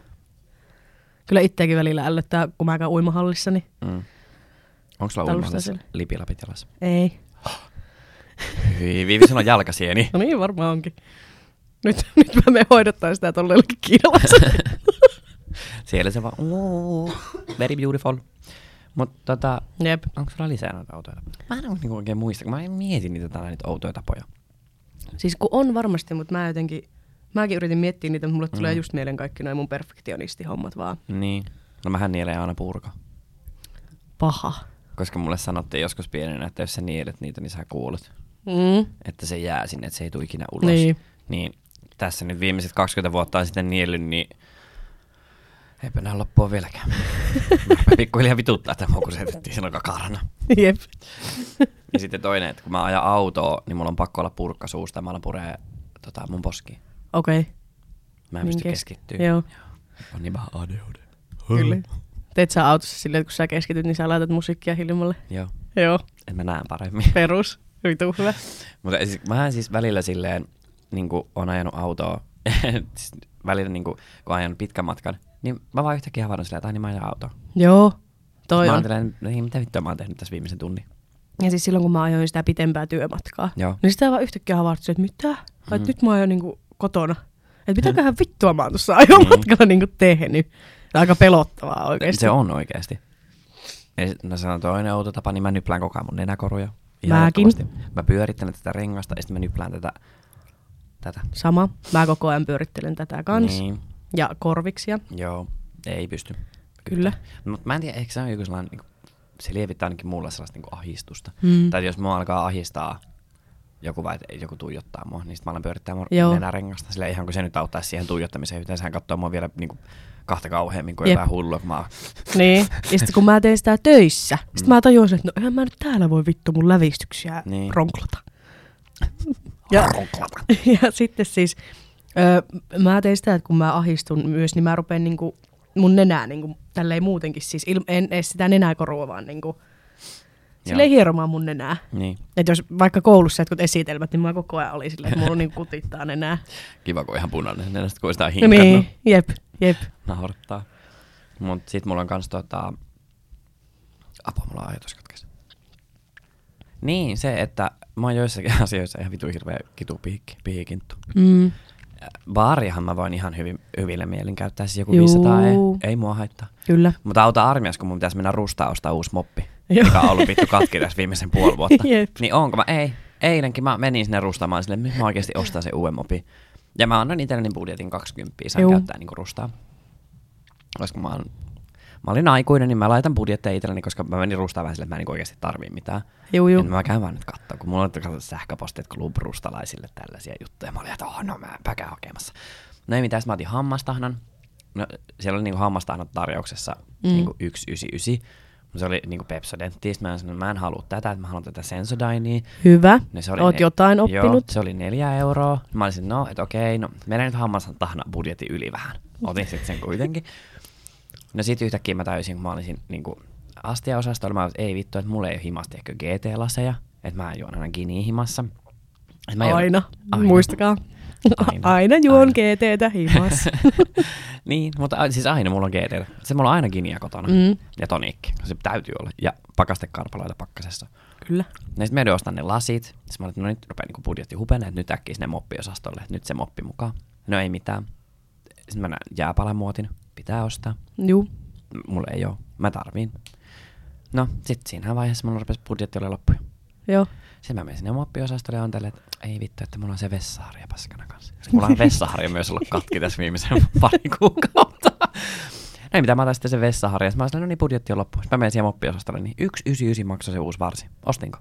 Kyllä itseäkin välillä ällöttää, kun mä käyn uimahallissa, niin
Mm. Onko sulla
Talustaa
uimahallissa
siellä.
lipilapit jalassa?
ei.
Hyi, Viivi sanoi jalkasieni.
No niin, varmaan onkin. Nyt, nyt mä me hoidottaa sitä tolle jollekin kiinalaiselle.
Siellä se vaan, "Ooh, very beautiful. Mutta tota,
Jep.
onko sulla lisää noita outoja tapoja? Mä en oo niinku oikein muista, kun mä en mieti niitä tällä niitä outoja tapoja.
Siis kun on varmasti, mutta mä jotenkin, mäkin yritin miettiä niitä, mutta mulle mm. tulee just mieleen kaikki noin mun perfektionistihommat vaan.
Niin. No mähän nielen aina purka.
Paha.
Koska mulle sanottiin joskus pienenä, että jos sä nielet niitä, niin sä kuulet.
Mm.
Että se jää sinne, että se ei tule ikinä ulos.
Niin.
niin tässä nyt viimeiset 20 vuotta on sitten niellyt, niin eipä nää loppua vieläkään. Mä pikkuhiljaa vituttaa tämä, kun se jätettiin silloin kakarana.
Jep.
Ja Niin sitten toinen, että kun mä ajan autoa, niin mulla on pakko olla purkka suusta ja mä alan puree tota, mun poskiin.
Okei. Okay.
Mä en pysty keskittymään.
Joo,
On niin vähän ADHD.
kyllä. Teet sä autossa silleen, että kun sä keskityt, niin sä laitat musiikkia hiljemmalle.
Joo,
Joo,
että mä näen paremmin.
perus. Vitu hyvä.
Mutta siis, mähän siis välillä silleen, niin kuin on ajanut autoa, siis välillä niin kuin, kun on ajanut pitkän matkan, niin mä vaan yhtäkkiä havainnut silleen, että aina mä ajan autoa.
Joo, toi
mä oon
on.
tällainen, niin mitä vittua mä oon tehnyt tässä viimeisen tunnin.
Ja siis silloin, kun mä ajoin sitä pitempää työmatkaa,
Joo.
niin sitä vaan yhtäkkiä havaitsin, että mitä? Mm. Että nyt mä ajoin niinku kotona. Että mitäköhän vittua mä oon tuossa ajomatkalla niinku tehnyt. Tää on aika pelottavaa oikeesti.
Se on oikeasti. Ja sit- No se on toinen outo tapa, niin mä nyplään koko ajan mun nenäkoruja.
Mäkin.
jatkuvasti. Mä pyörittelen tätä rengasta ja sitten mä nyplään tätä. tätä.
Sama. Mä koko ajan pyörittelen tätä kans.
Niin,
Ja korviksia.
joo, ei pysty.
Kyllä.
Mutta mä en tiedä, eikö se ole joku sellainen, niinku, se lievittää ainakin mulla sellaista niinku ahdistusta.
Mm.
Tai jos mua alkaa ahistaa joku vai et- joku tuijottaa mua, niin sitten mä alan pyörittää mun
Joo.
nenärengasta. Sillä ihan kun se nyt auttaa siihen tuijottamiseen, joten sehän katsoo mua vielä niinku kahta kauheammin kuin
Jep.
jotain hullua, kun mä oon
Niin. Ja sitten kun mä tein sitä töissä, sit mä tajusin, että no eihän mä nyt täällä voi vittu mun lävistyksiä niin.
Mm. Niin.
ronklata. Ja,
ronklata.
ja sitten siis, öö, mä tein sitä, että kun mä ahistun myös, niin mä rupeen niinku mun nenää niinku, tälleen muutenkin, siis il, en edes sitä nenäkorua, vaan niinku, silleen hieromaan mun nenää.
Niin.
Et jos vaikka koulussa jotkut esitelmät, niin mä koko ajan olin silleen, että mulla niinku kutittaa nenää.
Kiva, kun on ihan punainen nenästä, kun sitä on
No
hinkannut.
niin, jep, jep.
Nahorttaa. Mut sit mulla on kans tota... Apua, mulla on ajatus katkes. Niin, se, että mä oon joissakin asioissa ihan vitu hirveä kitupiikki, piikinttu.
Mm.
Baariahan mä voin ihan hyvin, hyvillä mielin käyttää siis joku
Juu.
500, ei, ei mua haittaa.
Kyllä.
Mutta auta armias, kun mun pitäisi mennä rustaa ostaa uusi moppi,
Joo.
Joo. joka on ollut vittu katki tässä viimeisen puoli vuotta.
Jep.
Niin onko mä? Ei. Eilenkin mä menin sinne rustamaan sille, nyt mä oikeasti ostan sen uuden mopin. Ja mä annoin itselleni budjetin 20, sain
Juu.
Joo. käyttää niinku rustaa. Koska mä, oon, mä olin aikuinen, niin mä laitan budjetteja itselleni, koska mä menin rustaan vähän sille, että mä en niinku oikeasti tarvii mitään.
Juu, juu.
Et mä käyn vaan nyt katsoa, kun mulla on katsottu sähköpostit, että klub rustalaisille tällaisia juttuja. Mä olin, että oh, no mä enpä käy hakemassa. No ei mitään, sit mä otin hammastahnan. No, siellä oli niinku hammastahnat tarjouksessa mm. niinku 199. Mutta se oli niinku Pepsodentti. Sit mä sanoin, että mä en halua tätä, että mä haluan tätä Sensodynia.
Hyvä.
No, se oli
Oot jotain
Joo,
oppinut.
se oli neljä euroa. Mä olisin, no, että okei, no, menen nyt hammastahna budjetin yli vähän. Otin sitten sen kuitenkin. No sit yhtäkkiä mä täysin, kun mä olisin niinku astiaosastolla, mä olin, että ei vittu, että mulla ei ole himasta ehkä GT-laseja, että mä juon aina giniä himassa. Et
Mä aina. aina,
aina.
muistakaa. Aina,
Aina.
aina juon
Aina.
GTtä himas.
niin, mutta a- siis aina mulla on GT. Se mulla on aina giniä kotona.
Mm.
Mm. Ja toniikki, se täytyy olla. Ja pakastekarpaloita pakkasessa.
Kyllä.
Ja sitten Niin mä joudun ostamaan ne lasit. Sitten mä olin, että no nyt rupeaa niinku budjetti hupenee, että nyt äkkiä sinne moppiosastolle, että nyt se moppi mukaan. No ei mitään. Sitten mä näen jääpalamuotin, pitää ostaa.
Juu.
M- Mulla ei oo, mä tarviin. No, sitten siinä vaiheessa mulla rupesi budjetti olla loppu.
Joo.
Sitten mä menin sinne moppiosastolle ja on tälle, että ei vittu, että mulla on se vessaharja paskana kanssa. Koska Mulla on vessaharja myös ollut katki tässä viimeisen pari kuukautta. No ei mitään, mä otan sitten sen vessaharja. Sitten mä olin, no niin budjetti on loppu. Sitten mä menin siihen moppiosastolle, niin 1,99 maksoi se uusi varsi. Ostinko?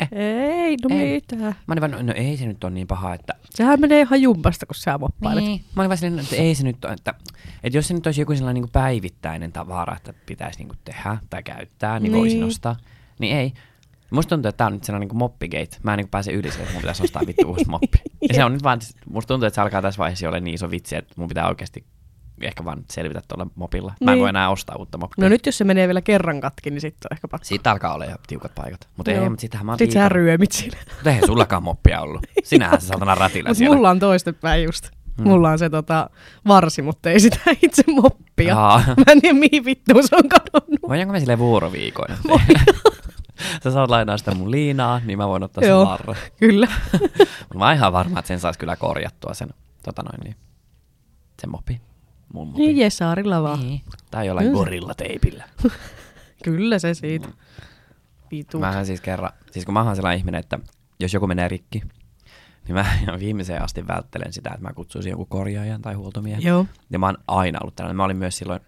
eh.
Ei, no
Ei.
ei. mitä.
Mä olin vaan, no, no ei se nyt ole niin paha, että...
Sehän menee ihan jumpasta, kun sä moppailet.
Niin. Mä olin vaan silleen, että ei se nyt ole, että, että jos se nyt olisi joku sellainen niin päivittäinen tavara, että pitäisi niin kuin tehdä tai käyttää, niin, niin. voisin
Niin.
ostaa, niin ei. Musta tuntuu, että tää on nyt sellainen niin moppigate. Mä en niin pääse yli siitä, että mun pitäisi ostaa vittu uusi moppi. Ja se on nyt vaan, musta tuntuu, että se alkaa tässä vaiheessa olla niin iso vitsi, että mun pitää oikeasti ehkä vaan selvitä tuolla mopilla. Mä en
Niin.
voi enää ostaa uutta moppia.
No nyt jos se menee vielä kerran katki, niin sitten on ehkä pakko.
Siitä alkaa olla jo tiukat paikat. Mutta ei,
Joo.
mutta sitähän mä oon
Sit sä
tiikari.
ryömit siinä.
Mutta eihän sullakaan moppia ollut. Sinähän se saatana ratilla
Mut
siellä. Hmm.
mulla on toistepäin just. Mulla on se tota, varsi, mutta ei sitä itse moppia.
Aa.
Mä en tiedä, mihin vittuun se on kadonnut.
Voidaanko me silleen vuoroviikoina?
Voi.
Sä saat lainaa sitä mun liinaa, niin mä voin ottaa sen
Joo,
varra.
kyllä.
Mut mä oon ihan varma, että sen saisi kyllä korjattua sen, tota noin, niin, sen mopi. Mun mopi.
Niin Jesarilla vaan.
Niin. Tai jollain
Kyllä se-
gorillateipillä.
Kyllä se siitä. Vitu.
Mähän siis kerran, siis kun mä oon sellainen ihminen, että jos joku menee rikki, niin mä ihan viimeiseen asti välttelen sitä, että mä kutsuisin joku korjaajan tai huoltomiehen.
Joo.
Ja mä oon aina ollut tällainen. Mä olin myös silloin,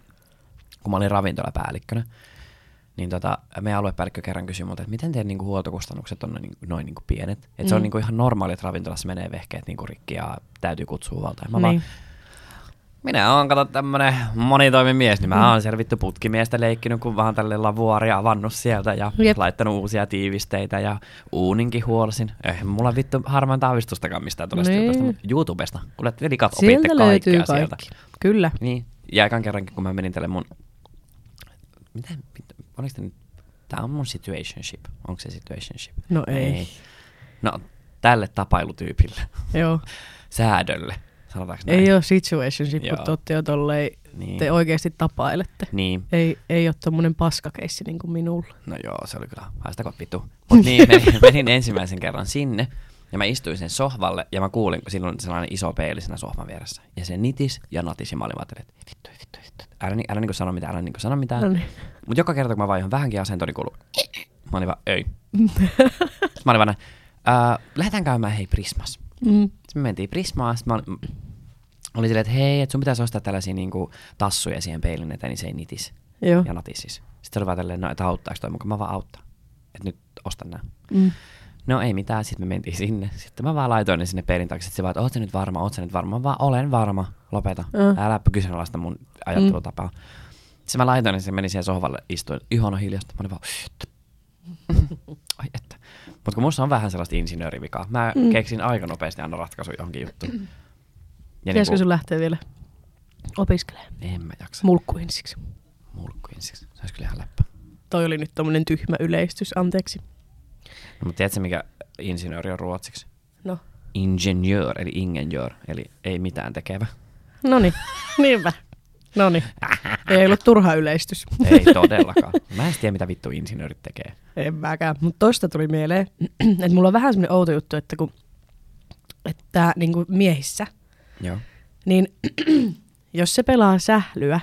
kun mä olin ravintolapäällikkönä, niin tota, meidän aluepäällikkö kerran kysyi multa, että miten teidän niinku huoltokustannukset on noin, noin niinku pienet. Että se on
Mm.
niinku ihan normaali, että ravintolassa menee vehkeet niinku rikki ja täytyy kutsua huolta. Mä niin. vaan,
Niin.
minä oon kato tämmönen monitoimimies,
Mm.
niin mä oon siellä vittu putkimiestä leikkinyt, kun vaan tälle lavuaria avannut sieltä ja Jep.
Jep.
laittanut uusia tiivisteitä ja uuninkin huolsin. Eihän mulla vittu harmaan taavistustakaan mistään tuollaista
Niin.
jutusta, mutta YouTubesta. Kuule, velikat opitte
Sieltä löytyy
kaikkea
kaikki.
sieltä.
Kyllä.
Niin, ja ekan kerrankin kun mä menin tälle mun... Mitä? mitä oliko tämä nyt... Tää on mun situationship. Onko se situationship?
No ei.
No, tälle tapailutyypille.
Joo.
Säädölle. Sanotaanko näin?
Ei ole situationship,
Joo.
kun te olette jo tolleen,
Niin.
te oikeasti tapailette.
Niin.
Ei, ei ole tommonen paskakeissi niin kuin minulla.
No joo, se oli kyllä haistako pitu. Mut niin, menin, menin ensimmäisen kerran sinne ja mä istuin sen sohvalle ja mä kuulin, kun silloin sellainen iso peili siinä sohvan vieressä. Ja se nitis ja natisi ja mä olin vaan, että vittu, vittu, vittu. Älä, ni- älä niinku sano mitään, älä niinku sano mitään.
No niin.
Mut joka kerta, kun mä vaihdon vähänkin asentoon, niin kuuluu. Mä olin vaan, ei. Sitten mä olin vaan, näin, "Ää, lähdetään käymään hei Prismas.
Mm.
Sitten me mentiin Prismaan, sitten mä olin, oli silleen, että hei, että sun pitäisi ostaa tällaisia niinku, tassuja siihen peilin eteen, niin se ei nitis.
Joo.
Ja natis siis. Sitten oli vaan tälleen, no, että auttaako toi mukaan? Mä vaan auttaa. Että nyt ostan nää.
Mm.
No ei mitään, sitten me mentiin sinne. Sitten mä vaan laitoin ne sinne peilin taakse. Sitten se vaan, että oot sä nyt varma, oot sä nyt varma? Mä vaan olen varma, lopeta.
Joo. Mm.
Älä kyseenalaista mun ajattelutapaa. Sitten mä laitoin ne, se meni siihen sohvalle, istuin ihona hiljasta. Mä olin vaan, "Shit." Ai että. Mutta kun musta on vähän sellaista insinöörivikaa. Mä mm. keksin aika nopeasti aina ratkaisu johonkin juttuun. Ja
Pitäisikö
niinku-
sun lähteä vielä opiskelemaan?
En mä jaksa.
Mulkku ensiksi.
Mulkku ensiksi. Se olisi kyllä ihan läppä.
Toi oli nyt tommonen tyhmä yleistys, anteeksi.
No, mutta tiedätkö, mikä insinööri on ruotsiksi?
No.
Ingenjör, eli ingenjör, eli ei mitään tekevä.
Noniin, niinpä. Noniin. Ei ollut turha yleistys.
Ei todellakaan. Mä en edes tiedä, mitä vittu insinöörit tekee.
En mäkään, mutta toista tuli mieleen, että mulla on vähän semmoinen outo juttu, että kun että niin kuin miehissä,
Joo.
niin jos se pelaa sählyä,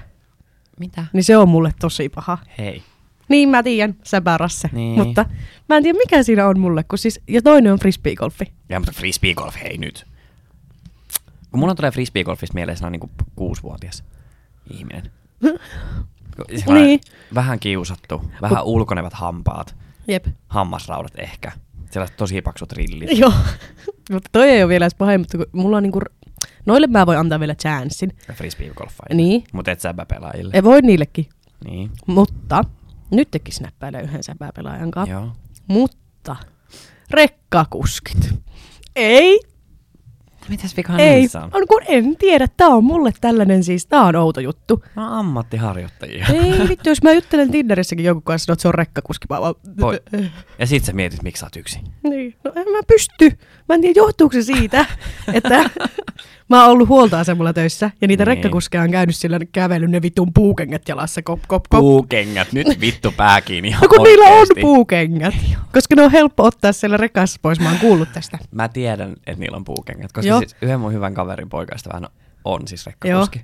Mitä?
niin se on mulle tosi paha.
Hei.
Niin mä tiedän, sä pärässä.
Niin.
Mutta mä en tiedä mikä siinä on mulle, kun siis, ja toinen on frisbeegolfi.
Ja mutta frisbeegolf, hei nyt. Kun mulla tulee frisbeegolfista mieleen, se on niinku kuusivuotias ihminen. Siis Sellainen
Niin.
Vähän kiusattu, vähän ulkonevat hampaat,
Jep.
hammasraudat ehkä. Sellaiset tosi paksut rillit.
Joo. mutta toi ei ole vielä edes pahemmin, mutta kun mulla on niinku, noille mä voin antaa vielä chanssin.
Frisbeegolfaajille.
Niin.
Mut et säpä pelaajille.
Ja voi niillekin.
Niin.
Mutta, nyt tekis näppäillä yhden säpääpelaajan kanssa.
Joo.
Mutta rekkakuskit. Ei,
Mitäs vikaa
ei,
niissä on?
on kun en tiedä, tää on mulle tällainen siis, tää on outo juttu.
No ammattiharjoittajia.
Ei vittu, jos mä juttelen Tinderissäkin jonkun kanssa, sanoo, että se on rekkakuski, mä vaan...
Voi. Ja sit sä mietit, miksi sä oot yksin.
Niin, no en mä pysty. Mä en tiedä, johtuuko se siitä, että mä oon ollut huoltoasemalla töissä ja niitä
Niin.
niin. rekkakuskeja on käynyt sillä kävelyn ne vitun puukengät jalassa, kop, kop, kop.
Puukengät, nyt vittu pää kiinni ihan
no kun niillä on
oikeesti.
puukengät, koska ne on helppo ottaa siellä rekassa pois, mä oon kuullut tästä.
Mä tiedän, että niillä on puukengät, koska Joo.
Joo.
siis yhden mun hyvän kaverin poikasta vähän on siis rekkakuski.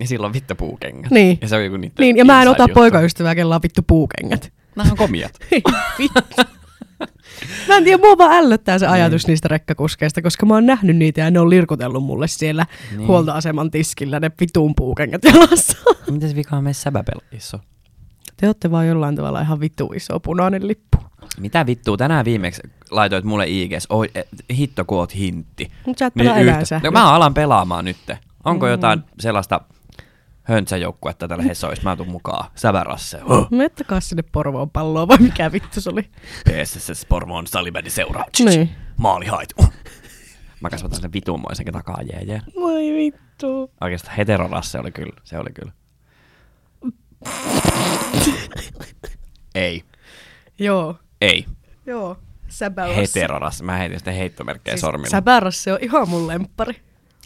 Ja sillä on vittu puukengät.
Niin.
Ja se on joku niitä
Niin, ja mä en ota
inside-juttu.
poikaystävää, kella on vittu puukengät.
Nämä on komiat.
Ei, vittu. Mä en tiedä, mua vaan ällöttää
Niin.
se ajatus niistä rekkakuskeista, koska mä oon nähnyt niitä ja ne on lirkutellut mulle siellä
Niin.
niin. huoltoaseman tiskillä ne vitun puukengät jalassa.
Mitäs vikaa meissä säbäpelaajissa on?
Te olette vaan jollain tavalla ihan vitu iso punainen lippu.
Mitä vittua, tänään viimeksi laitoit mulle IGS, oi, eh, hitto kun oot hintti.
Mut sä et pelaa
Niin
enää sä.
No mä alan pelaamaan nyt. Onko mm. jotain sellaista höntsäjoukkuetta tällä Hesoissa? Mä tuun mukaan. Sävärasse. Oh.
Mä takaa No, sinne Porvoon palloa, vai mikä vittu se oli?
PSS Porvoon salibändi seuraa.
Niin.
Maali haet. Uh. Mä kasvatan sen vitumoisen takaa jeejeen.
Voi vittu.
Oikeastaan heterorasse oli kyllä. Se oli kyllä. Ei.
Joo,
Ei.
joo. Säbärasse.
Heterorasse. Mä heitin sitten heittomerkkejä siis sormilla.
Säbärasse on ihan mun lemppari.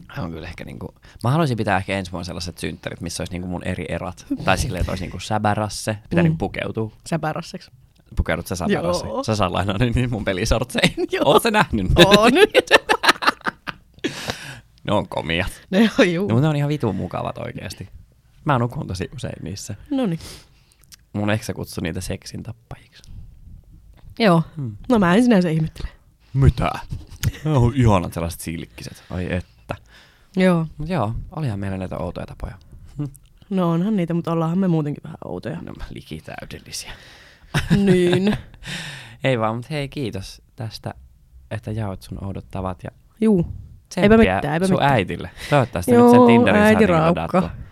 Hän on kyllä ehkä niinku, mä haluaisin pitää ehkä ensi vuonna sellaiset synttärit, missä olisi niinku mun eri erat. Tai silleen, että olisi niinku säbärasse, pitää mm. niinku pukeutua.
Säbärasseksi.
Pukeudut sä säbärasse.
Joo.
Sä saa lainaa niin niin mun pelisortsein.
Joo.
Oot sä nähnyt? ne?
On.
ne on komia.
ne on juu.
No, mutta ne on ihan vitun mukavat oikeasti. Mä nukun tosi usein niissä.
No niin.
Mun eksä kutsui niitä seksin tappajiksi.
Joo. Hmm. No mä en sinänsä ihmettele.
Mitä? Ne on ihanat sellaiset silkkiset. Ai että.
Joo.
Mut joo, olihan meillä näitä outoja tapoja.
No onhan niitä, mutta ollaanhan me muutenkin vähän outoja.
Ne on likitäydellisiä.
niin.
Ei vaan, mutta hei kiitos tästä, että jaoit sun oudot tavat ja
Juu. Eipä mitään, eipä
sun
mitään.
äitille. Toivottavasti nyt
Joo,
sen Tinderin
äiti
niinku
raukka.
ladattua.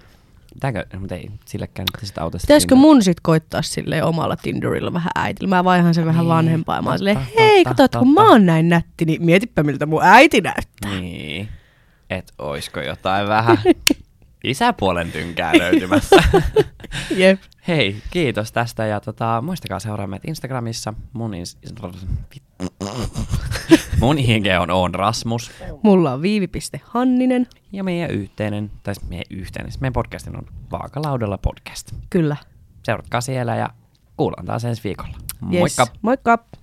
Pitääkö, no, mutta ei silläkään nyt sitä auta. sitä
Pitäisikö
Tinderia.
mun sit koittaa sille omalla Tinderilla vähän äitillä? Mä vaihan sen vähän
Niin,
vanhempaa ja mä oon
totta,
silleen, hei,
totta,
kato, että kun
totta.
mä oon näin nätti, niin mietipä miltä mun äiti näyttää.
Niin, et oisko jotain vähän isäpuolen tynkää löytymässä.
Jep.
Hei, kiitos tästä ja tota, muistakaa seuraa meitä Instagramissa. Mun, ins- mun IG on on Rasmus
Mulla on viivipiste Hanninen.
ja meidän yhteinen, tai siis meidän yhteinen, siis meidän podcastin on Vaakalaudella podcast.
Kyllä.
seuratkaa siellä ja kuullaan taas ensi viikolla.
Yes.
Moikka!
Moikka.